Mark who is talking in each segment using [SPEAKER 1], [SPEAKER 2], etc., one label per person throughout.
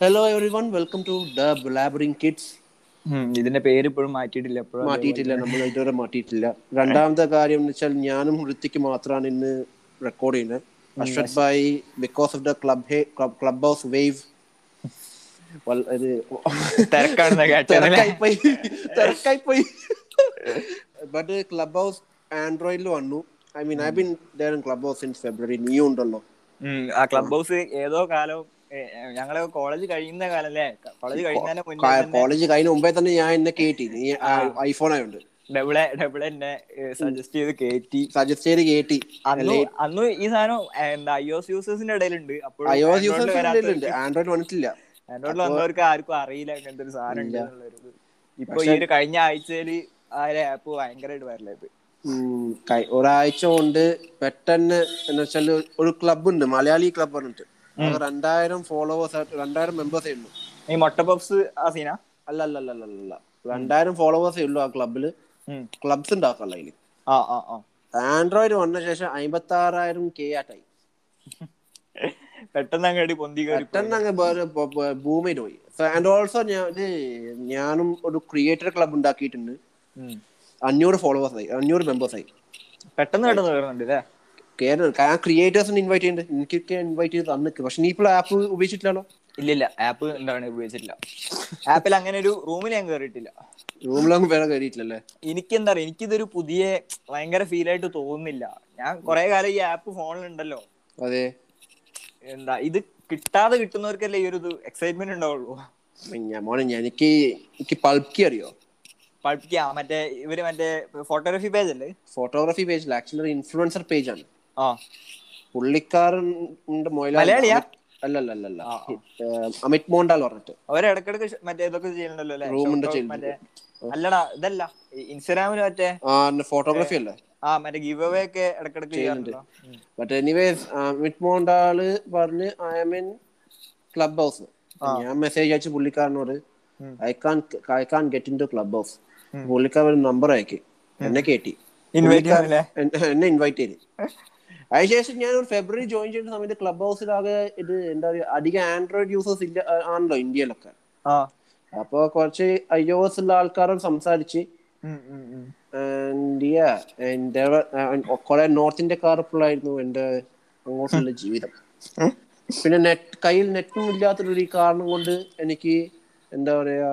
[SPEAKER 1] Hello everyone welcome to the labouring kids
[SPEAKER 2] ഉം, ഇതിന്റെ പേര് ഇപ്പോഴും മാറ്റിയിട്ടില്ല എപ്പോഴും
[SPEAKER 1] മാറ്റിയിട്ടില്ല നമ്മൾ ഇതുവരെ മാറ്റിയിട്ടില്ല രണ്ടാമത്തെ കാര്യം എന്ന് വെച്ചാൽ ഞാനും ഹൃത്തിക്ക് മാത്രമാണ് ഇന്ന് റെക്കോർഡ് ചെയ്യുന്നത്
[SPEAKER 2] Mm,
[SPEAKER 1] അശ്വത് ഭായി because of the club Clubhouse wave ഇത്
[SPEAKER 2] തിരക്കാണെന്ന് കേട്ടതല്ലേ?
[SPEAKER 1] തിരക്കായി പോയി തിരക്കായി പോയി ബട്ട് ക്ലബ് ഹൗസ് ആൻഡ്രോയിഡിൽ വന്നു I mean I been there in Clubhouse in February നീ ഉണ്ടല്ലോ
[SPEAKER 2] ഉം, ആ ക്ലബ് ഹൗസ് ഏതോ കാലം ഏ, ഞങ്ങള് കോളേജ് കഴിയുന്ന കാലം അല്ലേ കോളേജ് കഴിയുന്നതിന് മുന്നേ തന്നെ
[SPEAKER 1] കോളേജ് കഴിഞ്ഞ മുമ്പേ തന്നെ ഞാൻ എന്നെ കയറ്റി നീ ഐഫോൺ ആയുണ്ട്
[SPEAKER 2] ഡബിളെ ഡബിളെ എന്നെ സജസ്റ്റ് ചെയ്ത് കയറ്റി
[SPEAKER 1] സജസ്റ്റ് ചെയ്ത് കയറ്റി
[SPEAKER 2] അന്ന് അന്ന് ഈ സാധനം ഏ, എന്താ ഐ ഒസ് യൂസേഴ്സിന്റെ ഇടയിലുണ്ട് അപ്പോഴും
[SPEAKER 1] iOS
[SPEAKER 2] Android
[SPEAKER 1] users
[SPEAKER 2] വരാത്ത-
[SPEAKER 1] ഉണ്ട് ആൻഡ്രോയിഡ് വന്നിട്ടില്ല
[SPEAKER 2] Android വന്നവർക്ക് ആർക്കും അറിയില്ല ഇങ്ങനത്തെ ഒരു സാധനം ഉണ്ട് എന്നുള്ളൊരു ഇപ്പൊ ഈ ഒരു കഴിഞ്ഞ ആഴ്ചയില് ആ ഒരു ആപ്പ് ഭയങ്കരമായിട്ട് വരലത്
[SPEAKER 1] ഉം, കൈ- ഒരാഴ്ച കൊണ്ട് പെട്ടെന്ന് എന്ന് വെച്ചാൽ ഒരു ക്ലബ് ഉണ്ട് മലയാളി ക്ലബ് പറഞ്ഞിട്ട് അത് രണ്ടായിരം ഫോളോവേഴ്സ് രണ്ടായിരം മെമ്പേഴ്സേ ഉള്ളൂ
[SPEAKER 2] ഈ മൊട്ട പപ്സ് ആ സീന
[SPEAKER 1] അല്ല അല്ല അല്ല അല്ല അല്ല, അല്ല രണ്ടായിരം ഫോളോവേഴ്സേ ഉള്ളൂ ആ ക്ലബില് ക്ലബ്സ് ഉണ്ടാക്കാനുള്ള അതില്
[SPEAKER 2] ആ ആ ആ
[SPEAKER 1] ആൻഡ്രോയിഡ് വന്ന ശേഷം അമ്പത്തി ആറായിരം കെ ആട്ടായി
[SPEAKER 2] പെട്ടെന്ന് അങ്ങോട്ട് പൊന്തി കയറി
[SPEAKER 1] പെട്ടെന്ന് അങ്ങ് ബ- ബ- ബ- ഭൂമിയിൽ പോയി ആൻഡ് ഓൾസോ ഞാൻ ഞാനും ഒരു ക്രിയേറ്റർ ക്ലബ് ഉണ്ടാക്കിയിട്ടുണ്ട്
[SPEAKER 2] ഉം.
[SPEAKER 1] അഞ്ഞൂറ് ഫോളോവേഴ്സ് ആയി അഞ്ഞൂറ് മെമ്പേഴ്സ് ആയി
[SPEAKER 2] പെട്ടെന്ന് പെട്ടെന്ന് കയറുന്നുണ്ട് അല്ലേ
[SPEAKER 1] കേരളം ആ ക്രിയേറ്റേഴ്സിനെ ഇൻവൈറ്റ് ചെയ്യുന്നുണ്ട് എനിക്കൊക്കെ ഇൻവൈറ്റ് ചെയ്ത് തന്നിട്ട് പക്ഷെ നീ ഇപ്പോൾ ആപ്പ് ഉപയോഗിച്ചിട്ടില്ലല്ലോ
[SPEAKER 2] ഇല്ല ഇല്ല ആപ്പ് എന്താണ് ഉപയോഗിച്ചിട്ടില്ല ആപ്പിൽ അങ്ങനെ ഒരു റൂമിൽ ഞാൻ കയറിയിട്ടില്ല
[SPEAKER 1] റൂമിലൊന്നും വേറെ കയറിയിട്ടില്ലല്ലേ
[SPEAKER 2] എനിക്ക് എന്താ പറയുക എനിക്കിതൊരു പുതിയ ഭയങ്കര ഫീൽ ആയിട്ട് തോന്നുന്നില്ല ഞാൻ കുറെ കാലം ഈ ആപ്പ് ഫോണിലുണ്ടല്ലോ
[SPEAKER 1] അതെ
[SPEAKER 2] എന്താ ഇത് കിട്ടാതെ കിട്ടുന്നവർക്കല്ലേ ഈ ഒരു എക്സൈറ്റ്മെന്റ് ഉണ്ടാവുള്ളൂ
[SPEAKER 1] ഞാൻ മോനെ ഞാൻ- എനിക്ക് എനിക്ക് പൾക്കി അറിയോ
[SPEAKER 2] പഠിപ്പിക്കാ മറ്റേ ഇവര് മറ്റേ ഫോട്ടോഗ്രാഫി പേജ് അല്ലേ
[SPEAKER 1] ഫോട്ടോഗ്രാഫി പേജിൽ ആക്ച്വലി ഒരു ഇൻഫ്ലുവൻസർ പേജാണ്
[SPEAKER 2] ആ
[SPEAKER 1] പുള്ളിക്കാരൻ ഉണ്ട് മൊയിലാളി
[SPEAKER 2] മലയാളിയാ?
[SPEAKER 1] അല്ല അല്ല അല്ല അല്ല ഏഹ്, അമിത് മോണ്ടാൽ പറഞ്ഞിട്ട്
[SPEAKER 2] അവരിടക്കിടക്ക് ഷ- മറ്റേ ഇതൊക്കെ ചെയ്യണല്ലോ അല്ലേ
[SPEAKER 1] റൂമിന്റെ
[SPEAKER 2] Shoutout
[SPEAKER 1] ചെയ്യലുണ്ട്.
[SPEAKER 2] മറ്റേ അല്ലടാ ഇതല്ല ഈ ഇൻസ്റ്റാഗ്രാമില് മറ്റേ
[SPEAKER 1] ആ ഫോട്ടോഗ്രാഫി അല്ലേ
[SPEAKER 2] ആ മറ്റേ ഗിവ് അവേ ഒക്കെ ഇടക്കിടക്ക് ചെയ്യാറുണ്ടോ
[SPEAKER 1] ബട്ട് എനിവേസ് അമിത് മോണ്ടാള് പറഞ്ഞ് I M in Clubhouse ഞാൻ മെസ്സേജ് അയച്ചു പുള്ളിക്കാരനോട് I can I can get in to Clubhouse പുള്ളിക്കാരൻ ഒരു നമ്പർ അയക്കി എന്നെ കേട്ടി
[SPEAKER 2] ഇൻവൈറ്റ് ചെയ്യാറില്ലേ
[SPEAKER 1] എന്നെ- എന്നെ ഇൻവൈറ്റ് ചെയ്ത് അതിനുശേഷം ഞാൻ ഒരു ഫെബ്രുവരി ജോയിൻ ചെയ്യുന്ന സമയത്ത് ക്ലബ് ഹൗസിലാകെ ഇത് എന്താ പറയുക അധികം ആൻഡ്രോയിഡ് യൂസേഴ്സ് ഇല്ല ആ- ആണല്ലോ ഇന്ത്യയിലൊക്കെ
[SPEAKER 2] ആ
[SPEAKER 1] അപ്പോൾ കുറച്ച് ഐ ഒ എസ് ഉള്ള ആൾക്കാരും സംസാരിച്ച്
[SPEAKER 2] ഉം, ഉം, ഉം.
[SPEAKER 1] And yeah, and there were- uh, and കുറെ നോർത്ത് ഇന്ത്യക്കാർ ഫുള്ളായിരുന്നു എൻ്റെ അങ്ങോട്ടുള്ള ജീവിതം പിന്നെ നെറ്റ് കയ്യിൽ നെറ്റും ഇല്ലാത്തൊരു ഈ കാരണം കൊണ്ട് എനിക്ക് എന്താ പറയാ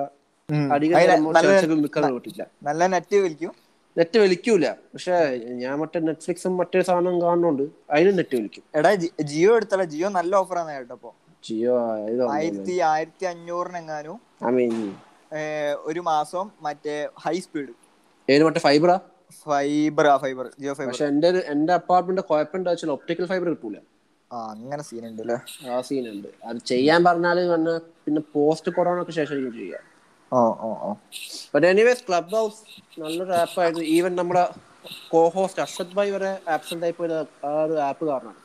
[SPEAKER 2] ഉം.
[SPEAKER 1] അധികം
[SPEAKER 2] അതിന്
[SPEAKER 1] നേരം
[SPEAKER 2] നല്ല-
[SPEAKER 1] ചർച്ചകൾ നിൽക്കാൻ പറ്റില്ല
[SPEAKER 2] നല്ല നെറ്റ് വലിക്കും
[SPEAKER 1] നെറ്റ് വലിക്കൂല പക്ഷെ ഞാൻ മറ്റേ നെറ്റ്ഫ്ലിക്സും മറ്റേ സാധനം കാണുന്നുണ്ട് അതിനും നെറ്റ് വലിക്കും
[SPEAKER 2] എടാ ജി- ജിയോ എടുത്തല്ല ജിയോ നല്ല ഓഫറാണ് കേട്ടപ്പോ
[SPEAKER 1] ജിയോ
[SPEAKER 2] ആയിരത്തി ആയിരത്തി അഞ്ഞൂറിനെങ്ങാനും
[SPEAKER 1] ഐ മീൻ
[SPEAKER 2] ഏഹ്, ഒരു മാസം മറ്റേ ഹൈ സ്പീഡ്
[SPEAKER 1] ഏത് മറ്റേ ഫൈബറാ
[SPEAKER 2] ഫൈബർ ആ ഫൈബർ ജിയോ ഫൈബർ
[SPEAKER 1] പക്ഷെ എൻ്റെ എൻ്റെ അപ്പാർട്ട്മെന്റ് കുഴപ്പം എന്താ വെച്ചാൽ ഒപ്റ്റിക്കൽ ഫൈബർ കിട്ടൂല
[SPEAKER 2] ആ അങ്ങനെ സീൻ ഉണ്ട് അല്ലേ
[SPEAKER 1] ആ സീനുണ്ട് അത് ചെയ്യാൻ പറഞ്ഞാൽ പറഞ്ഞാൽ പിന്നെ പോസ്റ്റ് കൊറോണക്ക് ശേഷം ആയിരിക്കും ചെയ്യാം
[SPEAKER 2] ഓ ഓ ഓ
[SPEAKER 1] ബട്ട് എനിവേസ് ക്ലബ് ഹൗസ് നല്ലൊരു ആപ്പായിരുന്നു ഈവൻ നമ്മുടെ കോ ഹോസ്റ്റ് അർഷദ് ഭായ് വരെ ആബ്സെന്റ് ആയി പോയത് ആ ഒരു ആപ്പ് കാരണമാണ്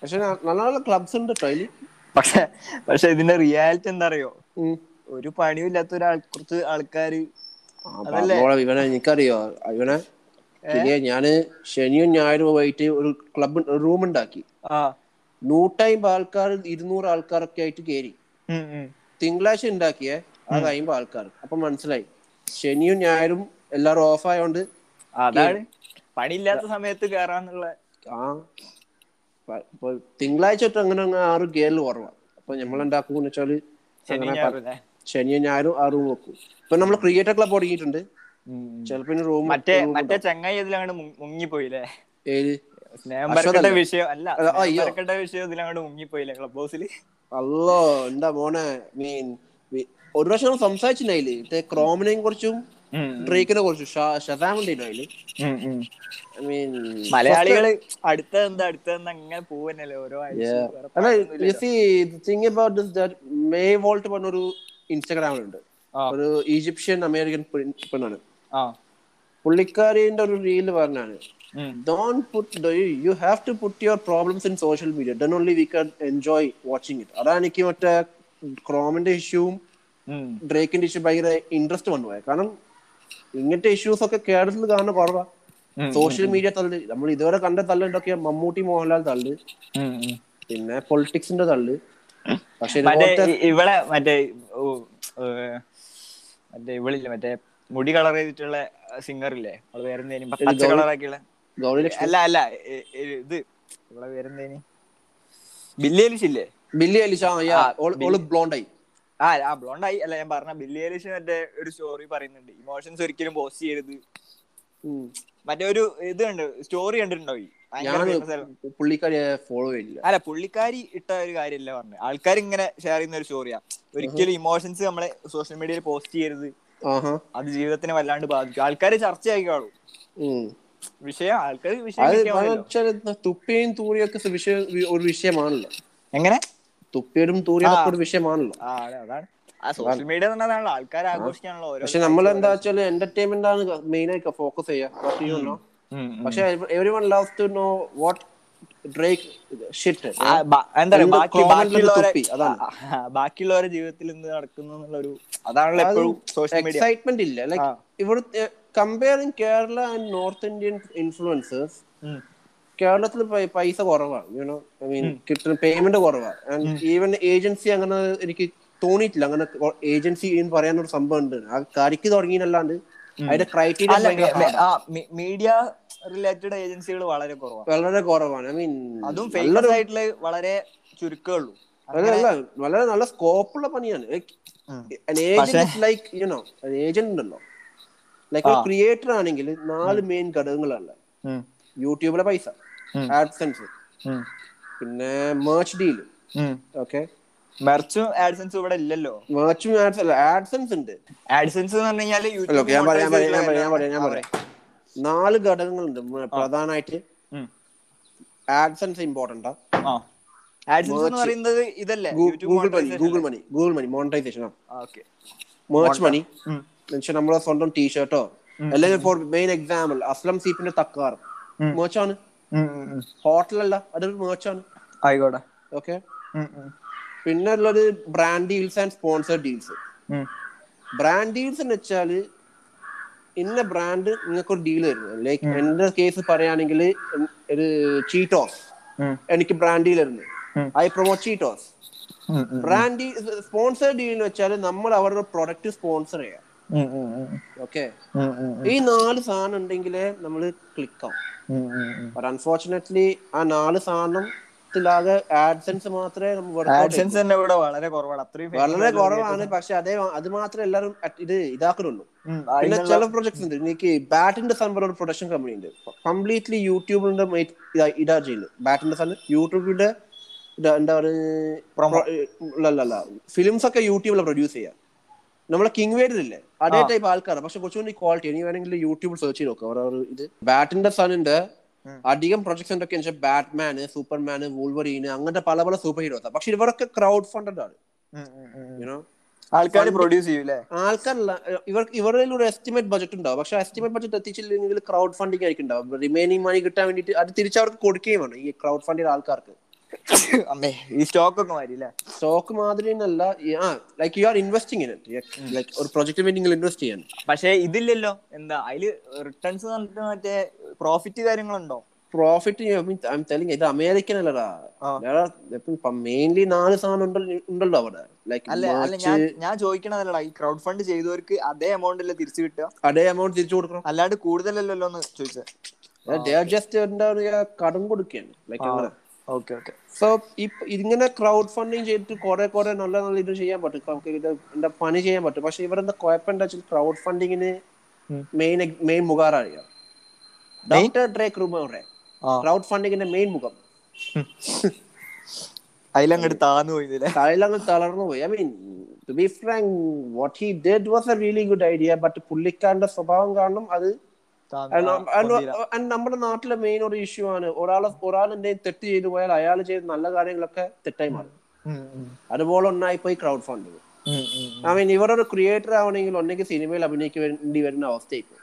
[SPEAKER 1] പക്ഷെ ന- നല്ല നല്ല ക്ലബ്സ് ഉണ്ട് ട്രൈലി
[SPEAKER 2] പക്ഷെ പക്ഷെ ഇതിന്റെ റിയാലിറ്റി എന്താ അറിയോ ഒരു പണിയും ഇല്ലാത്ത ഒരാൾ കുറച്ച് ആൾക്കാര്
[SPEAKER 1] ഇവനെ എനിക്കറിയോ ഇവനെ ശരിയാ ഞാന് ശനിയും ഞായറും പോയിട്ട് ഒരു ക്ലബ് റൂം ഉണ്ടാക്കി
[SPEAKER 2] ആ
[SPEAKER 1] നൂറ്റമ്പത് ആൾക്കാർ ഇരുന്നൂറ് ആൾക്കാരൊക്കെ ആയിട്ട് കയറി
[SPEAKER 2] ഉം, ഉം.
[SPEAKER 1] തിങ്കളാഴ്ച ഉണ്ടാക്കിയേ ആ കഴിയുമ്പോ ആൾക്കാർ അപ്പൊ മനസ്സിലായി ശനിയും ഞായറും എല്ലാരും ഓഫ് ആയോണ്ട്
[SPEAKER 2] അതാണ് പണിയില്ലാത്ത സമയത്ത് കേറാന്നുള്ള
[SPEAKER 1] ആ പ- ഇപ്പൊ തിങ്കളാഴ്ച തൊട്ട് അങ്ങനെ അങ്ങ് ആറ് ഗേറിൽ കുറവാണ് അപ്പൊ നമ്മൾ എന്താക്കും വെച്ചാല്
[SPEAKER 2] ശനി ഞായറല്ലേ
[SPEAKER 1] ശനിയും ഞായറും ആ റൂം വെക്കും ഇപ്പൊ നമ്മൾ ക്രിയേറ്റർ ക്ലബ് തുടങ്ങിയിട്ടുണ്ട് ചിലപ്പോ റൂം
[SPEAKER 2] മറ്റേ മറ്റേ ചങ്ങായി ഇതിലങ്ങോട്ട് മുങ്ങി- മുങ്ങിപ്പോയില്ലേ
[SPEAKER 1] ഏഴ്
[SPEAKER 2] സ്നേഹം
[SPEAKER 1] അശ്വതല്ലേ?
[SPEAKER 2] പരക്കട്ട വിഷയം അല്ല
[SPEAKER 1] അല്ല,
[SPEAKER 2] സ്നേഹം
[SPEAKER 1] അയ്യോ.
[SPEAKER 2] പരക്കട്ട വിഷയം ഇതിലങ്ങോട്ട് മുങ്ങിപ്പോയില്ലേ ക്ലബ് ഹൗസിൽ
[SPEAKER 1] അല്ലോ എന്താ മോനെ മീൻ വി- ഒരു പ്രാവശ്യം നമ്മൾ സംസാരിച്ചിട്ടുണ്ടായില്ലേ മറ്റേ ക്രോമിനെയും കുറിച്ചും ഡ്രേക്കിനെ കുറിച്ചും ഷസാമിന്റെ അതില് ഐ മീൻ
[SPEAKER 2] മലയാളികള് അടുത്ത എന്താ അടുത്ത എന്താ അങ്ങനെ പോവന്നല്ലേ ഓരോ ആഴ്ച വേറെ
[SPEAKER 1] അല്ല you see, the thing about this that മേ വോൾട്ട് പറഞ്ഞൊരു ഇൻസ്റ്റാഗ്രാമിലുണ്ട്
[SPEAKER 2] ആ.
[SPEAKER 1] ഒരു ഈജിപ്ഷ്യൻ അമേരിക്കൻ പെണ്ണ്- പെണ്ണാണ്
[SPEAKER 2] ആ
[SPEAKER 1] പുള്ളിക്കാരിന്റെ ഒരു റീല് പറഞ്ഞാണ്
[SPEAKER 2] ഉം.
[SPEAKER 1] Don't put you have to put your problems in social media done only we can enjoy watching it അതാണ് എനിക്ക് മറ്റേ ക്രോമിന്റെ ഇഷ്യൂവും
[SPEAKER 2] ഉം.
[SPEAKER 1] ഡ്രേക്കിന്റെ ഇഷ്യൂ ഭയങ്കര ഇൻട്രസ്റ്റ് വന്നു പോയത് കാരണം ഇങ്ങനത്തെ ഇഷ്യൂസ് ഒക്കെ കേരളത്തിൽ കാണുന്ന കുറവാ
[SPEAKER 2] ഉം.
[SPEAKER 1] സോഷ്യൽ മീഡിയ തള്ളി നമ്മൾ ഇതുവരെ കണ്ട തള്ളണ്ടൊക്കെ മമ്മൂട്ടി മോഹൻലാൽ തള്ളി
[SPEAKER 2] ഉം, ഉം.
[SPEAKER 1] പിന്നെ പൊളിറ്റിക്സിന്റെ തള്ളു പക്ഷെ
[SPEAKER 2] മറ്റേ
[SPEAKER 1] ഇതുപോലത്തെ
[SPEAKER 2] ഇ- ഇവളെ മറ്റേ ഓ, ഏ, മറ്റേ ഇവളില്ലേ മറ്റേ മുടി കളർ ചെയ്തിട്ടുള്ള സിംഗർ ഇല്ലേ അവള് പേരെന്തേനും പച്ച
[SPEAKER 1] ഗൗരി-
[SPEAKER 2] കളറാക്കിയുള്ള
[SPEAKER 1] ഗൗരി ലക്ഷ്മി
[SPEAKER 2] അല്ല അല്ല ഇ- ഇ- ഇത് ഇവളെ പേരെന്തേനി ബില്ലി എലിഷ് ഇല്ലേ
[SPEAKER 1] ബില്ലി അലിഷ ആ, yeah, ഓള്- ഓള് ബ്ലോണ്ടായി
[SPEAKER 2] ആ ആ ബ്ലോണ്ടായി അല്ല ഞാൻ പറഞ്ഞ ബില്ലി എലിഷ് മറ്റേ ഒരു സ്റ്റോറി പറയുന്നുണ്ട് ഇമോഷൻസ് ഒരിക്കലും പോസ്റ്റ് ചെയ്യരുത് മറ്റേ ഒരു ഇത് കണ്ട് സ്റ്റോറി കണ്ടിട്ടുണ്ടോ ഈ? ഭയങ്കര
[SPEAKER 1] ഞാൻ
[SPEAKER 2] famous ആയിട്ടുള്ള-
[SPEAKER 1] പുള്ളിക്കാരിയെ ഫോളോ ചെയ്യില്ല
[SPEAKER 2] അല്ല പുള്ളിക്കാരി ഇട്ട ഒരു കാര്യമല്ല പറഞ്ഞത് ആൾക്കാർ ഇങ്ങനെ ഷെയർ ചെയ്യുന്ന ഒരു സ്റ്റോറിയാ ഒരിക്കലും ഇമോഷൻസ് നമ്മളെ സോഷ്യൽ മീഡിയയിൽ പോസ്റ്റ് ചെയ്യരുത്
[SPEAKER 1] ആഹാ
[SPEAKER 2] അത് ജീവിതത്തിനെ വല്ലാണ്ട് ബാധിക്കും ആൾക്കാർ ചർച്ചയായിക്കാളും
[SPEAKER 1] ഉം.
[SPEAKER 2] വിഷയം ആൾക്കാർ വിഷയം
[SPEAKER 1] അത്
[SPEAKER 2] കിട്ടിയാണല്ലോ
[SPEAKER 1] വെച്ചാൽ തുപ്പിയും തൂറിയൊക്കെ സ് വിഷയം വി- ഒരു വിഷയമാണല്ലോ
[SPEAKER 2] എങ്ങനെ
[SPEAKER 1] തുപ്പിയും തൂറിയും ഒക്കെ ഒരു വിഷയമാണല്ലോ
[SPEAKER 2] ആ അതെ, അതാണ് ആ സോഷ്യൽ മീഡിയ എന്ന് പറഞ്ഞാൽ ആൾക്കാർ ആഘോഷിക്കാണല്ലോ ഓരോ
[SPEAKER 1] പക്ഷെ നമ്മൾ എന്താ വെച്ചാൽ എന്റർടൈൻമെന്റ് ആണ് മെയിൻ ആയിട്ട് ഫോക്കസ് ചെയ്യുക
[SPEAKER 2] ഉം, ഉം.
[SPEAKER 1] പക്ഷെ everyone love to know what break shit
[SPEAKER 2] ആ, ബ- എന്താ പറയാ
[SPEAKER 1] എന്ത്
[SPEAKER 2] ബാക്കി
[SPEAKER 1] common ഉള്ളത്
[SPEAKER 2] ബാക്കിയുള്ളവരെ
[SPEAKER 1] തൊപ്പി, അതാണ്.
[SPEAKER 2] ആ, ആ, ബാക്കിയുള്ളവരെ ജീവിതത്തിൽ എന്ത് നടക്കുന്നു എന്നുള്ള ഒരു അതാണല്ലോ എപ്പോഴും സോഷ്യൽ മീഡിയ
[SPEAKER 1] എക്സൈറ്റ്മെന്റ് ഇല്ല ലൈക്ക്
[SPEAKER 2] ആ.
[SPEAKER 1] ഇവിടുത്തെ comparing Kerala and north Indian influencers കേരളത്തിൽ പൈ- പൈസ കുറവാണ് യൂണോ ഐ മീൻ കിട്ടുന്ന പേയ്മെന്റ് കുറവാണ് ആൻഡ് ഈവൻ ഏജൻസി അങ്ങനെ എനിക്ക് തോന്നിയിട്ടില്ല അങ്ങനെ ഏജൻസി എന്ന് പറയാൻ ഒരു സംഭവം ഉണ്ട് ആ കരിക്ക് തുടങ്ങിയല്ലാണ്ട് അതിന്റെ
[SPEAKER 2] അല്ല
[SPEAKER 1] ക്രൈറ്റീരിയ
[SPEAKER 2] മീഡിയ റിലേറ്റഡ് ഏജൻസികൾ വളരെ കുറവാണ്
[SPEAKER 1] വളരെ കുറവാണ് ഐ മീൻ
[SPEAKER 2] അതും ഫേമസ് ആയിട്ടുള്ള വളരെ ചുരുക്കമേ ഉള്ളൂ
[SPEAKER 1] അല്ല വളരെ നല്ല സ്കോപ്പുള്ള പണിയാണ് ലൈക്ക് ലൈക്ക് യുനോ ഏജന്റ് ഉണ്ടല്ലോ ലൈക്ക് ഒരു ക്രിയേറ്റർ ആണെങ്കിൽ നാല് മെയിൻ ഘടകങ്ങളല്ല യൂട്യൂബിലെ പൈസ
[SPEAKER 2] ഉം.
[SPEAKER 1] ആഡ്സെൻസ് പിന്നെ മേർച്ച് ഡീൽ ഓക്കെ
[SPEAKER 2] മെർച്ചും ആഡ്സൻസും ഇവിടെ ഇല്ലല്ലോ
[SPEAKER 1] മേർച്ചും ആഡ്സ് അല്ല ആഡ്സെൻസ് ഉണ്ട്
[SPEAKER 2] ആഡ്സൻസ് എന്ന് പറഞ്ഞു കഴിഞ്ഞാല്
[SPEAKER 1] അല്ല,
[SPEAKER 2] യൂട്യൂബ്
[SPEAKER 1] okay, ഞാൻ പറയാം, ഞാൻ പറയാം, ഞാൻ
[SPEAKER 2] monetize
[SPEAKER 1] പറയാം, ഞാൻ പറയാം, ഞാൻ
[SPEAKER 2] ചെയ്തിട്ടുള്ള
[SPEAKER 1] പറയാം. നാല് ഘടകങ്ങളുണ്ട് മ- പ്രധാനമായിട്ട്
[SPEAKER 2] ഉം.
[SPEAKER 1] ആഡ്സൻസ് ഇമ്പോർട്ടന്റ്
[SPEAKER 2] ആ. AdSense എന്ന് പറയുന്നത് ഇതല്ലേ
[SPEAKER 1] Google money Google money Google money monetisation
[SPEAKER 2] okay
[SPEAKER 1] merch money എന്നുവെച്ചാൽ നമ്മളെ സ്വന്തം ടീഷർട്ടോ അല്ലെങ്കിൽ ഫോർ മെയിൻ എക്സാമ്പിൾ അസ്ലം സീപ്പിന്റെ തക്കാർ മേർച്ചാണ് ഹോട്ടലല്ല അതൊരു മേർച്ചാണ്
[SPEAKER 2] ആയിക്കോട്ടെ
[SPEAKER 1] ഓക്കെ പിന്നെ ഉള്ളത് brand deals and sponsor deals brand deals എന്ന് വെച്ചാല് ഇന്ന ബ്രാൻഡ് നിങ്ങൾക്ക് ഒരു ഡീൽ തരുന്നത് ലൈക്ക് എന്റെ കേസ് പറയുകയാണെങ്കിൽ ഒരു ചീറ്റോസ് എനിക്ക് ബ്രാൻഡ് ഡീൽ തരുന്നത് I promote Cheetos brand deal sponsor deal എന്ന് വെച്ചാൽ നമ്മൾ അവരുടെ പ്രൊഡക്റ്റ് സ്പോൺസർ ചെയ്യാം ഓക്കെ ഈ നാല് സാധനം ഉണ്ടെങ്കിലേ നമ്മൾ ക്ലിക്ക് ആവും ബട്ട് അൺഫോർച്ചുനേറ്റ്ലി ആ നാല് സാധനത്തിലാകെ ആഡ്സൻസ് മാത്രമേ നമ്മൾ workout
[SPEAKER 2] ആഡ്സൻസ് തന്നെ ഇവിടെ വളരെ കുറവാണ് അത്രയും famous
[SPEAKER 1] വളരെ
[SPEAKER 2] ആയിട്ടുള്ള
[SPEAKER 1] കുറവാണ് പക്ഷെ അതേ അത് മാത്രം എല്ലാവരും at- ഇത് ഇതാക്കുന്നുള്ളൂ
[SPEAKER 2] ഉം,
[SPEAKER 1] പിന്നെ
[SPEAKER 2] അതിനുള്ള-
[SPEAKER 1] ചില പ്രൊജക്ട്സ് ഉണ്ട് എനിക്ക് ബാറ്റിന്റെ സൺ പറഞ്ഞ ഒരു പ്രൊഡക്ഷൻ കമ്പനി ഉണ്ട് കംപ്ലീറ്റ്ലി യൂട്യൂബിന്റെ ഇതാ ചെയ്യുന്നത് ബാറ്റിന്റെ സൺ യൂട്യൂബിന്റെ ഇതാ എന്താ പറയുക ഫിലിംസ് ഒക്കെ യൂട്യൂബിൽ പ്രൊഡ്യൂസ് ചെയ്യാം നമ്മളെ കിങ് വേരിൽ ഇല്ലേ അതേ ടൈപ്പ് ആൾക്കാരാണ് പക്ഷെ കുറച്ചുകൂടി ക്വാളിറ്റി ഇനി വേണമെങ്കിൽ യൂട്യൂബിൽ സെർച്ച് ചെയ്ത് നോക്കാം അവരുടെ ഒരു ഇത് ബാറ്റിന്റെ സണ്ണിന്റെ അധികം പ്രൊജക്ട്സ് എന്തൊക്കെയാണെന്ന് വെച്ചാൽ ബാറ്റ്മാന് സൂപ്പർമാന് വൂൾവറീന് അങ്ങനത്തെ പല പല സൂപ്പർ ഹീറോസ് പക്ഷെ ഇവരൊക്കെ ക്രൗഡ് ഫണ്ടഡ് ആണ്
[SPEAKER 2] ഉം, ഉം, ഉം.
[SPEAKER 1] യുനോ
[SPEAKER 2] ആൾക്കാര് പ്രൊഡ്യൂസ് ചെയ്യൂലേ
[SPEAKER 1] ആൾക്കാരല്ല ഇവർക്ക് ഇവരുടെ ഒരു എസ്റ്റിമേറ്റ് ബജറ്റ് ഉണ്ടാവും പക്ഷെ എസ്റ്റിമേറ്റ് ബജറ്റ് എത്തിച്ചില്ലെങ്കിൽ ക്രൗഡ് ഫണ്ടിങ് ആയിരിക്കും ഉണ്ടാവും റിമൈനിങ് മണി കിട്ടാൻ വേണ്ടിയിട്ട് അത് തിരിച്ചവർക്ക് കൊടുക്കുകയും വേണം ഈ ക്രൗഡ് ഫണ്ട് ചെയ്ത ആൾക്കാർക്ക്
[SPEAKER 2] അമ്മേ ഈ സ്റ്റോക്ക് ഒക്കെ മാറി അല്ലേ
[SPEAKER 1] സ്റ്റോക്ക് മാതിരി അല്ല ആ like you are investing in it
[SPEAKER 2] Mm.
[SPEAKER 1] Like ഒരു പ്രൊജക്ട് വേണ്ടി നിങ്ങൾ ഇൻവെസ്റ്റ് ചെയ്യാൻ
[SPEAKER 2] പക്ഷെ ഇതില്ലല്ലോ എന്താ അതില് റിട്ടേൺസ് പറഞ്ഞിട്ട് മറ്റേ പ്രോഫിറ്റ് കാര്യങ്ങളുണ്ടോ
[SPEAKER 1] പ്രോഫിറ്റ് തെളിഞ്ഞ ഇത് അമേരിക്കൻ അല്ലടാ
[SPEAKER 2] ആ.
[SPEAKER 1] മെയിൻലി നാല് സാധനം ഉണ്ടല്ലോ ഉണ്ടല്ലോ അവിടെ ലൈക്ക്
[SPEAKER 2] അല്ല അല്ല ഞാൻ ഞാൻ ചോദിക്കണതല്ലടാ ഈ ക്രൗഡ് ഫണ്ട് ചെയ്തവർക്ക് അതേ amount അല്ലേ തിരിച്ചു കിട്ടുക
[SPEAKER 1] അതേ എമൗണ്ട് തിരിച്ചു കൊടുക്കണം
[SPEAKER 2] അല്ലാണ്ട് കൂടുതലല്ലല്ലോ എന്ന് ചോദിച്ചത്
[SPEAKER 1] ജസ്റ്റ് എന്താ പറയുക കടം കൊടുക്കുകയാണ് ലൈക്ക് അങ്ങനെ
[SPEAKER 2] ഓക്കെ ഓക്കെ
[SPEAKER 1] സോ ഇപ്പ- ഇതിങ്ങനെ ക്രൗഡ് ഫണ്ടിങ് ചെയ്തിട്ട് കുറെ കുറെ നല്ല നല്ല ഇത് ചെയ്യാൻ പറ്റും നമുക്ക് ഇത് എന്താ പണി ചെയ്യാൻ പറ്റും പക്ഷെ ഇവരെന്താ കുഴപ്പം എന്താ വെച്ചാൽ ക്രൗഡ് ഫണ്ടിങ്ങിന് മെയിൻ മെയിൻ മുഖാറ അറിയാം ഡോക്ടർ ഡ്രേക്ക് റൂമറെ
[SPEAKER 2] ആ.
[SPEAKER 1] ക്രൗഡ് ഫണ്ടിങ്ങിന്റെ മെയിൻ മുഖം
[SPEAKER 2] അതിലങ്ങോട്ട് താന്നു പോയില്ലേ
[SPEAKER 1] തലയിലങ്ങ് തളർന്നു പോയി I mean to be frank what he did was a really good idea but പുള്ളിക്കാരന്റെ സ്വഭാവം കാരണം അത് and- and- and നമ്മുടെ നാട്ടിലെ മെയിൻ ഒരു ഇഷ്യൂ ആണ് ഒരാളെ ഒരാൾ എന്തെങ്കിലും തെറ്റ് ചെയ്തു പോയാൽ അയാൾ ചെയ്ത് നല്ല കാര്യങ്ങളൊക്കെ തെറ്റായി മാറും അതുപോലെ ഒന്നായി പോയി ക്രൗഡ് ഫണ്ടിങ് ഐ മീൻ ഇവരൊരു ക്രിയേറ്റർ ആവണമെങ്കിൽ ഒന്നെങ്കിൽ സിനിമയിൽ അഭിനയിക്കേണ്ടി വരുന്ന അവസ്ഥയായിപ്പോ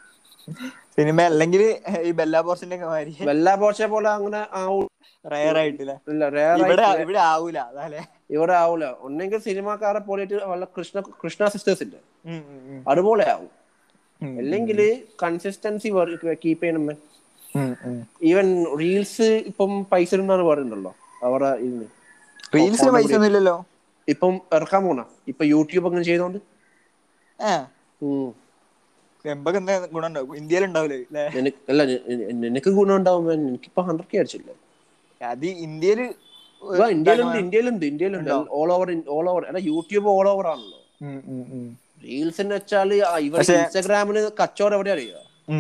[SPEAKER 2] സിനിമ അല്ലെങ്കിൽ ഈ ബെല്ലാബോർസിന്റെ ഒക്കെ മാതിരി
[SPEAKER 1] വെല്ലാ പോർച്ച പോലെ അങ്ങനെ ആവൂ
[SPEAKER 2] റയർ ആയിട്ടില്ലേ
[SPEAKER 1] ഇല്ല rare ആയി
[SPEAKER 2] ഇവിടെ ഇവിടെ ആവൂല അതാലേ
[SPEAKER 1] ഇവിടെ ആവൂല ഒന്നെങ്കിൽ സിനിമാക്കാരെ പോലെയിട്ട് വല്ല കൃഷ്ണ കൃഷ്ണ സിസ്റ്റേഴ്സ് ഇല്ല
[SPEAKER 2] ഉം, ഉം, ഉം.
[SPEAKER 1] അതുപോലെ ആവും
[SPEAKER 2] ഉം.
[SPEAKER 1] അല്ലെങ്കിൽ കൺസിസ്റ്റൻസി കീപ്പ് ചെയ്യണം
[SPEAKER 2] ഉം, ഉം.
[SPEAKER 1] ഈവൻ റീൽസ് ഇപ്പം പൈസ ഇടുന്നാണ് പറയുന്നുണ്ടല്ലോ അവരുടെ ഇതിന്
[SPEAKER 2] റീൽസിന് പൈസ ഒന്നും ഇല്ലല്ലോ
[SPEAKER 1] ഇപ്പം ഇറക്കാൻ പോണ ഇപ്പൊ യൂട്യൂബ് അങ്ങനെ ചെയ്തോണ്ട്
[SPEAKER 2] ഏഹ്
[SPEAKER 1] ഉം.
[SPEAKER 2] എമ്പക്ക് എന്താ ഗുണം ഉണ്ടാവും ഇന്ത്യയിൽ ഉണ്ടാവില്ലേ അല്ലേ
[SPEAKER 1] നിനക്ക് അല്ല നി- നി- നിനക്ക് ഗുണം ഉണ്ടാവും എനിക്കിപ്പോ ഹൺഡ്രഡ് കെ അടിച്ചില്ല
[SPEAKER 2] അത് ഇന്ത്യയില്
[SPEAKER 1] ഇതാ, ഇന്ത്യയിലുണ്ട് ഇന്ത്യയിലുണ്ട് ഇന്ത്യയിലുണ്ട് ഓൾ ഓവർ ഓൾ ഓവർ അല്ല യൂട്യൂബ് ഓൾ ഓവർ ആണല്ലോ റീൽസ് എന്ന് വെച്ചാല് ആ ഇവർ ഇൻസ്റ്റാഗ്രാമിന് കച്ചവടം എവിടെയാ അറിയുക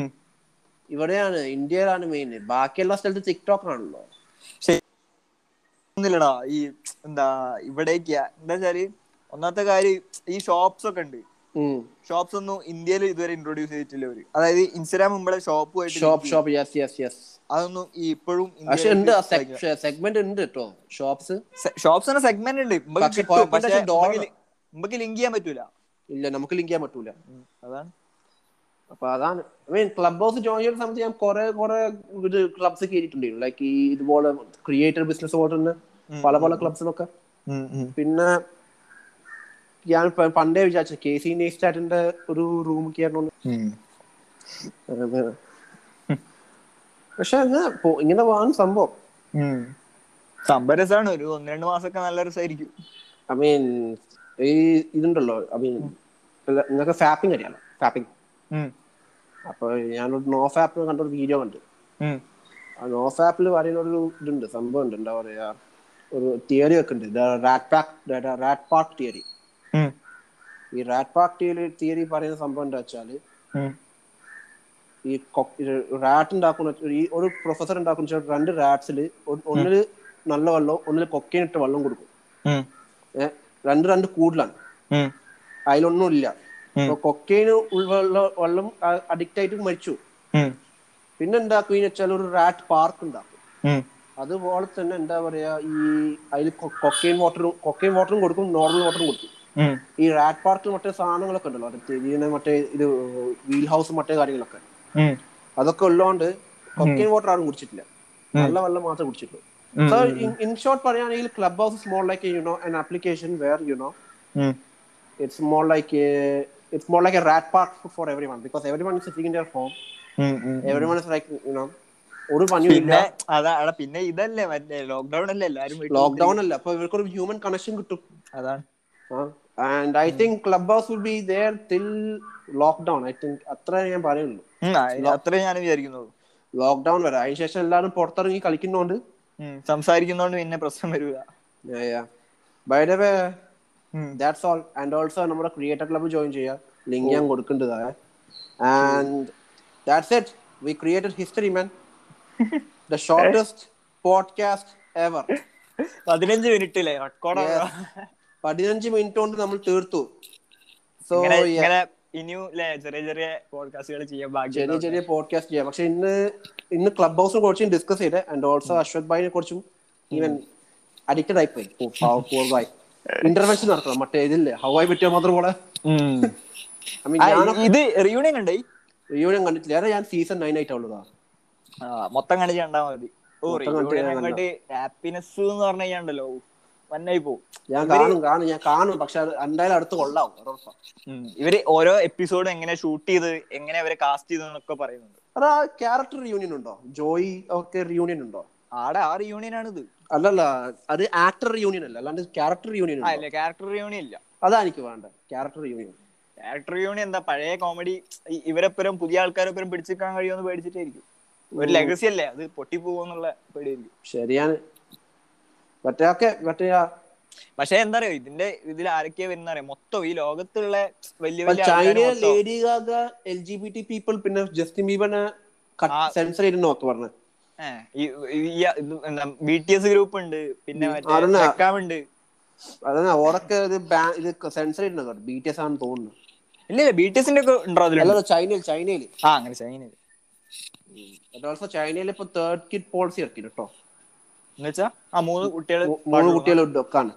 [SPEAKER 1] ഇവിടെയാണ് ഇന്ത്യയിലാണ് മെയിൻ ബാക്കിയെല്ലാ സ്ഥലത്തും ടിക്ടോക്ക് ആണല്ലോ
[SPEAKER 2] ഒന്നില്ലടാ ഈ എന്താ ഇവിടേക്ക് എന്താ വെച്ചാല് ഒന്നാമത്തെ കാര്യം ഈ ഷോപ്സ് ഒക്കെ ഉണ്ട്
[SPEAKER 1] ഉം.
[SPEAKER 2] ഷോപ്സ് ഒന്നും ഇന്ത്യയിൽ ഇതുവരെ ഇൻട്രോഡ്യൂസ് ചെയ്തിട്ടില്ല അവര് അതായത് ഇൻസ്റ്റാഗ്രാം മുമ്പേ ഷോപ്പ്
[SPEAKER 1] ഷോപ്പ്
[SPEAKER 2] ആയിട്ട്
[SPEAKER 1] ഷോപ്പ് യെസ് യെസ് യെസ്
[SPEAKER 2] അതൊന്നും ഈ ഇപ്പോഴും
[SPEAKER 1] പക്ഷെ ഉണ്ട് സെഗ്മെന്റ് ഉണ്ട് കേട്ടോ ഷോപ്സ്
[SPEAKER 2] ഷോപ്സ് എന്ന സെഗ്മെന്റ് ഉണ്ട് ഇമ്പക്ക്
[SPEAKER 1] പക്ഷെ
[SPEAKER 2] കിട്ടും.
[SPEAKER 1] കുഴപ്പമില്ല,
[SPEAKER 2] പക്ഷെ
[SPEAKER 1] പക്ഷെ dollar-
[SPEAKER 2] ഇമ്പക്ക് ലി- ഇമ്പക്ക് ലിങ്ക് ചെയ്യാൻ പറ്റൂല
[SPEAKER 1] ഇല്ല നമുക്ക് ലിങ്ക് ചെയ്യാൻ പറ്റൂല
[SPEAKER 2] ഉം, അതാണ്
[SPEAKER 1] അപ്പൊ അതാണ് I mean club house join ചെയ്ത സമയത്ത് ഞാൻ കുറെ കുറെ ഇത് ക്ലബ്സ് കയറിയിട്ടുണ്ട് ലൈക്ക് ഈ ഇതുപോലെ ക്രിയേറ്റർ ബിസിനസ് പോലെ തന്നെ പല പല ക്ലബ്സിലൊക്കെ പിന്നെ ഞാൻ പ- പണ്ടേ വിചാരിച്ചു കെ സി നേസ്റ്റാറ്റിന്റെ ഒരു റൂം കയറണമെന്ന് പക്ഷെ അങ്ങ് പോ- ഇങ്ങനെ പോകാൻ സംഭവം
[SPEAKER 2] സംഭവം രസമാണ് ഒരു ഒന്ന് രണ്ട് മാസമൊക്കെ നല്ല രസമായിരിക്കും
[SPEAKER 1] ഐ മീൻ ഈ ഇതുണ്ടല്ലോ ഐ മീൻ നിങ്ങൾക്ക് ഫാപ്പിംഗ് അറിയാലോ ഫാപ്പിംഗ്
[SPEAKER 2] ഉം,
[SPEAKER 1] അപ്പൊ ഞാനൊരു നോ ഫാപ്പ് കണ്ട ഒരു വീഡിയോ കണ്ടു
[SPEAKER 2] ഉം,
[SPEAKER 1] ആ നോ ഫാപ്പിൽ പറയുന്ന ഒരു ഇതുണ്ട് സംഭവം ഉണ്ട് എന്താ പറയാ ഒരു തിയറി ഒക്കെ ഉണ്ട് rat park rat park theory
[SPEAKER 2] ഉം,
[SPEAKER 1] ഈ റാറ്റ് പാർക്ക് തിയറി തിയറി പറയുന്ന സംഭവം എന്താ വെച്ചാല്
[SPEAKER 2] ഉം,
[SPEAKER 1] ഈ റാറ്റ് ഉണ്ടാക്കുന്ന ഒരു- ഈ ഒരു പ്രൊഫസർ ഉണ്ടാക്കുന്ന വെച്ചാൽ രണ്ട് റാറ്റ്സിൽ ഒന്നില് നല്ല വെള്ളവും ഒന്നില് കൊക്കൈൻ ഇട്ട വെള്ളം കൊടുക്കും
[SPEAKER 2] ഉം,
[SPEAKER 1] ഏ, രണ്ട് രണ്ട് കൂടുതലാണ്
[SPEAKER 2] ഉം,
[SPEAKER 1] അതിലൊന്നും ഇല്ല
[SPEAKER 2] ഉം.
[SPEAKER 1] അപ്പൊ കൊക്കൈൻ വെള്ളം അഡിക്റ്റ് ആയിട്ട് മരിച്ചു
[SPEAKER 2] ഉം,
[SPEAKER 1] പിന്നെ എന്താക്കും എന്ന് വെച്ചാൽ ഒരു റാറ്റ് പാർക്ക് ഉണ്ടാക്കും
[SPEAKER 2] ഉം,
[SPEAKER 1] അതുപോലെ തന്നെ എന്താ പറയാ ഈ അതിൽ കൊക്കൈൻ വാട്ടറും കൊക്കൈൻ വാട്ടറും കൊടുക്കും നോർമൽ വാട്ടറും കൊടുക്കും
[SPEAKER 2] ഉം,
[SPEAKER 1] ഈ റാറ്റ് പാർക്കിൽ മറ്റേ സാധനങ്ങളൊക്കെ ഉണ്ടല്ലോ മറ്റേ തിരിയുന്ന മറ്റേ ഇത് വീൽ ഹൗസ് മറ്റേ കാര്യങ്ങളൊക്കെ
[SPEAKER 2] ഉം,
[SPEAKER 1] അതൊക്കെ ഉള്ളതുകൊണ്ട് കൊക്കൈൻ വാട്ടർ ആരും കുടിച്ചിട്ടില്ല നല്ല വെള്ളം മാത്രമേ കുടിച്ചിട്ടുള്ളൂ
[SPEAKER 2] ഉം.
[SPEAKER 1] സോ ഇൻ ഷോർട്ട് പറയുകയാണെങ്കിൽ club house small like you know an application where you know
[SPEAKER 2] um,
[SPEAKER 1] it's more like it's more like a rat park for every one because every one is sitting in their home
[SPEAKER 2] um, um.
[SPEAKER 1] Every one is like you know ഒരു പണിയും ഇല്ല
[SPEAKER 2] പിന്നെ അതാ അടാ, പിന്നെ ഇതല്ലേ മറ്റേ lockdown അല്ലേ എല്ലാരും വീട്ടിൽ
[SPEAKER 1] ലോക്ക്ഡൌൺ അല്ല അപ്പൊ ഇവർക്കൊരു ഹ്യൂമൻ കണക്ഷൻ കിട്ടും
[SPEAKER 2] അതാണ്
[SPEAKER 1] and I think Clubhouse would be there till lockdown I think അത്ര ഞാൻ പറയുള്ളൂ
[SPEAKER 2] ഉം, ആ, അത്രേ ഞാൻ വിചാരിക്കുന്നുള്ളൂ
[SPEAKER 1] ലോക്ക്ഡൌൺ വരെ അതിനുശേഷം എല്ലാവരും പുറത്തിറങ്ങി കളിക്കുന്നോണ്ട്
[SPEAKER 2] ഉം, സംസാരിക്കുന്നോണ്ട് പിന്നെ പ്രശ്നം വരില്ല
[SPEAKER 1] by the way
[SPEAKER 2] um.
[SPEAKER 1] That's all and also നമ്മുടെ ക്രിയേറ്റർ ക്ലബ്ബ് ജോയിൻ ചെയ്യുക ലിങ്ക് ഞാൻ കൊടുക്കേണ്ടതാണ് and that's it we created history man the shortest podcast ever
[SPEAKER 2] പതിനഞ്ച് മിനിറ്റ് അല്ലേ റെക്കോർഡ്
[SPEAKER 1] പതിനഞ്ച് മിനിറ്റ് കൊണ്ട് നമ്മൾ തീർത്തു സോ
[SPEAKER 2] ഇങ്ങനെ ഇങ്ങനെ ഇനിയും ല്ലേ, ചെറിയ ചെറിയ പോഡ്കാസ്റ്റുകൾ ചെയ്യാൻ ഭാഗ്യം
[SPEAKER 1] ചെറിയ ചെറിയ പോഡ്കാസ്റ്റ് ചെയ്യാം പക്ഷെ ഇന്ന് ഇന്ന് ക്ലബ് ഹൗസിനെ കുറിച്ചും ഡിസ്കസ് ചെയ്തേ ആൻഡ് ഓൾസോ അശ്വത് ഭായിനെ കുറിച്ചും ഈവൻ അഡിക്റ്റഡ് ആയി പോയി പൂർവായി ഇന്റർവെൻഷൻ നടത്തണം മറ്റേ ഇതില്ലേ ഹവായി പറ്റിയ മാത്രം പോലെ ഐ മീൻ
[SPEAKER 2] ആ,
[SPEAKER 1] ഞാൻ
[SPEAKER 2] ഇത് റിയൂണിയൻ ഉണ്ട്
[SPEAKER 1] റിയൂണിയൻ കണ്ടിട്ടില്ല ഏറെ ഞാൻ സീസൺ നയൻ ആയിട്ടുള്ളതാ
[SPEAKER 2] മൊത്തം കണ്ടു കണ്ടാ മതി ഓ
[SPEAKER 1] മൊത്തം കണ്ട്
[SPEAKER 2] റിയൂണിയൻ
[SPEAKER 1] ഞാൻ
[SPEAKER 2] അങ്ങോട്ട് ഹാപ്പിനെസ് എന്ന് പറഞ്ഞു കഴിഞ്ഞാണ്ടല്ലോ വന്നായി പോവും
[SPEAKER 1] ഞാൻ കാണും കാണും ഞാൻ കാണും പക്ഷെ അത് എന്തായാലും അടുത്ത് കൊള്ളാവും അത് ഉറപ്പാ.
[SPEAKER 2] ഇവര് ഓരോ എപ്പിസോഡും എങ്ങനെ ഷൂട്ട് ചെയ്ത് എങ്ങനെ അവരെ കാസ്റ്റ് ചെയ്തു എന്നൊക്കെ പറയുന്നുണ്ട്
[SPEAKER 1] അത് ആ ക്യാരക്ടർ റിയൂണിയൻ ഉണ്ടോ ജോയി ഒക്കെ റിയൂണിയൻ ഉണ്ടോ
[SPEAKER 2] ആടെ ആ റിയൂണിയൻ ആണിത്
[SPEAKER 1] അല്ലല്ല അത് ആക്ടർ റിയൂണിയൻ അല്ല അല്ലാണ്ട് ക്യാരക്ടർ റിയൂണിയൻ
[SPEAKER 2] ആ ഇല്ല ക്യാരക്ടർ റിയൂണിയൻ ഇല്ല
[SPEAKER 1] അതാ എനിക്ക് വേണ്ട ക്യാരക്ടർ റിയൂണിയൻ
[SPEAKER 2] ക്യാരക്ടർ റിയൂണിയൻ എന്താ പഴയ കോമഡി ഇവരെപ്പുറം പുതിയ ആൾക്കാരെപ്പുറം പിടിച്ചെടുക്കാൻ കഴിയുമെന്ന് പേടിച്ചിട്ടായിരിക്കും ഒരു ലെഗസി അല്ലേ അത് പൊട്ടിപ്പോകുന്നുള്ള പേടിയായിരിക്കും
[SPEAKER 1] ശരിയാണ് മറ്റേ ഒക്കെ മറ്റേ ആ
[SPEAKER 2] പക്ഷെ എന്താ പറയാ ഇതിന്റെ ഇതിൽ ആരൊക്കെയാ വരുന്ന അറിയാം മൊത്തം ഈ ലോകത്തുള്ള വലിയ
[SPEAKER 1] ഇപ്പൊ
[SPEAKER 2] വലിയ ആൾക്കാര്
[SPEAKER 1] ചൈനയിൽ
[SPEAKER 2] മൊത്തം.
[SPEAKER 1] Lady Gaga L G B T people പിന്നെ ജസ്റ്റിൻ ബീബനെ
[SPEAKER 2] ആ.
[SPEAKER 1] സെൻസർ ചെയ്തെന്ന് നോക്ക് പറഞ്ഞു
[SPEAKER 2] ഏ, ഈ- ഈ- ഇത് എന്താ ബി ടി എസ് ഗ്രൂപ്പ് ഉണ്ട് പിന്നെ മറ്റേ
[SPEAKER 1] അതന്നെ.
[SPEAKER 2] ചെക്കാം ഉണ്ട്
[SPEAKER 1] അതാണ് ഓരൊക്കെ ഇത് ban- ഇത് സെൻസർ ചെയ്തിട്ടുണ്ട് ബി ടി എസ് ആണെന്ന് തോന്നുന്നു
[SPEAKER 2] ഇല്ല ഇല്ല ബി ടി എസിന്റെ ഒക്കെ ഉണ്ടോ അതിലുണ്ട്
[SPEAKER 1] അല്ലല്ലോ ചൈനയിൽ ചൈനയിൽ
[SPEAKER 2] ആ അങ്ങനെ ചൈന
[SPEAKER 1] അതോടൊപ്പം ചൈനയിൽ ഇപ്പൊ തേർഡ് കിഡ് പോളിസി ഇറക്കി കേട്ടോ
[SPEAKER 2] എന്നുവെച്ചാ ആ മൂന്ന് കുട്ടികൾ
[SPEAKER 1] മൂ- മൂന്ന് കുട്ടികൾ ഡൊക്കാണ്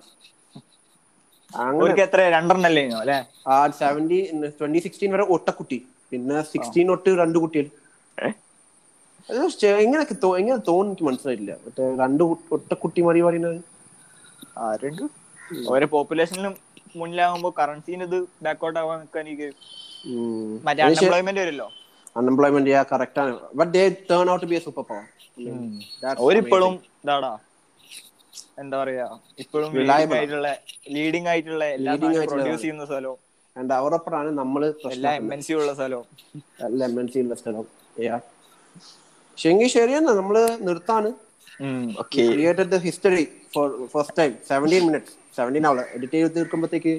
[SPEAKER 1] അങ്ങനെ
[SPEAKER 2] അവർക്ക് എത്ര രണ്ടെണ്ണം അല്ലേ ഇനോ, അല്ലേ
[SPEAKER 1] ആ സെവന്റി ട്വന്റി സിക്സ്റ്റീൻ വരെ ഒട്ടക്കുട്ടി പിന്നെ സിക്സ്റ്റീൻ തൊട്ട് രണ്ട് കുട്ടികൾ
[SPEAKER 2] ഏ?
[SPEAKER 1] അത് ചെ- എങ്ങനെയൊക്കെ തോ- എങ്ങനെ തോന്നുന്നു എനിക്ക് മനസ്സിലായില്ല മറ്റേ രണ്ട് കു- ഒട്ടക്കുട്ടി മതി പറയുന്നത്
[SPEAKER 2] ആരുണ്ട് ഓരോ പോപ്പുലേഷനിലും മുന്നിലാകുമ്പോ കറൻസിന് ഇത് ബാക്കൗട്ട് ആവാൻ നിൽക്കാൻ എനിക്ക് മറ്റേ അൺഎംപ്ലോയ്മെന്റ് വരുമല്ലോ
[SPEAKER 1] അൺഎംപ്ലോയ്മെന്റ് ആ കറക്റ്റ് ആണ് but they turn out be a super power
[SPEAKER 2] ഓരിപ്പോഴും ഇതാടാ എന്താ പറയാ ഇപ്പോഴും
[SPEAKER 1] Reliable.
[SPEAKER 2] ലീഡിംഗ് ആയിട്ടുള്ള ലീഡിംഗ് ആയിട്ടുള്ള എല്ലാ
[SPEAKER 1] Leading ആയിട്ടുള്ള
[SPEAKER 2] പ്രൊഡ്യൂസ് ചെയ്യുന്ന സ്ഥലവും
[SPEAKER 1] ആൻഡ് അവരപ്പോഴാണ് നമ്മള്
[SPEAKER 2] എല്ലാ എം എൻ സി ഉള്ള സ്ഥലവും
[SPEAKER 1] ലെമൺ സീലുള്ള സ്ഥലം ശെങ്കി ശരിയെന്നാ നമ്മള് നിർത്താണ്
[SPEAKER 2] okay
[SPEAKER 1] created the history for first time seventeen minute seventeen ആവില്ല എഡിറ്റ് ചെയ്ത് തീർക്കുമ്പോഴത്തേക്ക്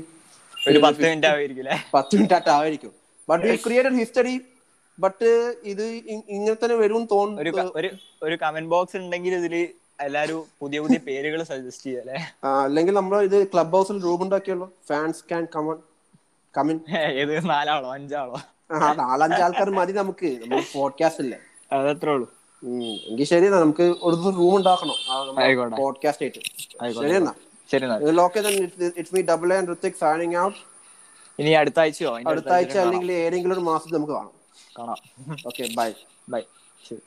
[SPEAKER 2] ഒരു പത്ത് മിനിറ്റ് ആവുമായിരിക്കും അല്ലേ
[SPEAKER 1] പത്ത് മിനിറ്റ് ആയിട്ട് ആയിരിക്കും but we created history but ഇത് ഇ- ഇങ്ങനെ തന്നെ വരും
[SPEAKER 2] ഒരു
[SPEAKER 1] തോന്നുന്നു
[SPEAKER 2] ക- ഒരു ഒരു കമന്റ് ബോക്സ് ഉണ്ടെങ്കിൽ ഇതില് എല്ലാരും പുതിയ പുതിയ പേരുകൾ സജസ്റ്റ് ചെയ്യാം അല്ലേ
[SPEAKER 1] ആ, അല്ലെങ്കിൽ നമ്മൾ ഇത് ക്ലബ് ഹൗസിൽ റൂം ഉണ്ടാക്കിയല്ലോ ഫാൻസ് ക്യാൻ കമൺ കമിൻ
[SPEAKER 2] ഏത് നാലാളോ അഞ്ചാളോ
[SPEAKER 1] നാലഞ്ച് ആൾക്കാർ മതി നമുക്ക് നമ്മൾ പോഡ്കാസ്റ്റ് ഇല്ലേ
[SPEAKER 2] അതത്രേ ഉള്ളൂ
[SPEAKER 1] ഉം, എങ്കിൽ ശരി എന്നാ നമുക്ക് ഒരു ദിവസം റൂം ഉണ്ടാക്കണം
[SPEAKER 2] ആയിക്കോട്ടെ.
[SPEAKER 1] പോഡ്കാസ്റ്റ് ആയിട്ട്
[SPEAKER 2] ആയിക്കോട്ടെ.
[SPEAKER 1] ശരി എന്നാ
[SPEAKER 2] ശരി എന്നാൽ.
[SPEAKER 1] Okay it's me double and Hrithik signing out
[SPEAKER 2] ഇനി അടുത്ത ആഴ്ചയോ അതിന്റെ
[SPEAKER 1] അടുത്ത ആഴ്ച അല്ലെങ്കിൽ ഏതെങ്കിലും ഒരു മാസത്തിൽ നമുക്ക് കാണാം
[SPEAKER 2] കാണാം
[SPEAKER 1] ഓക്കെ ബൈ
[SPEAKER 2] ബൈ ശരി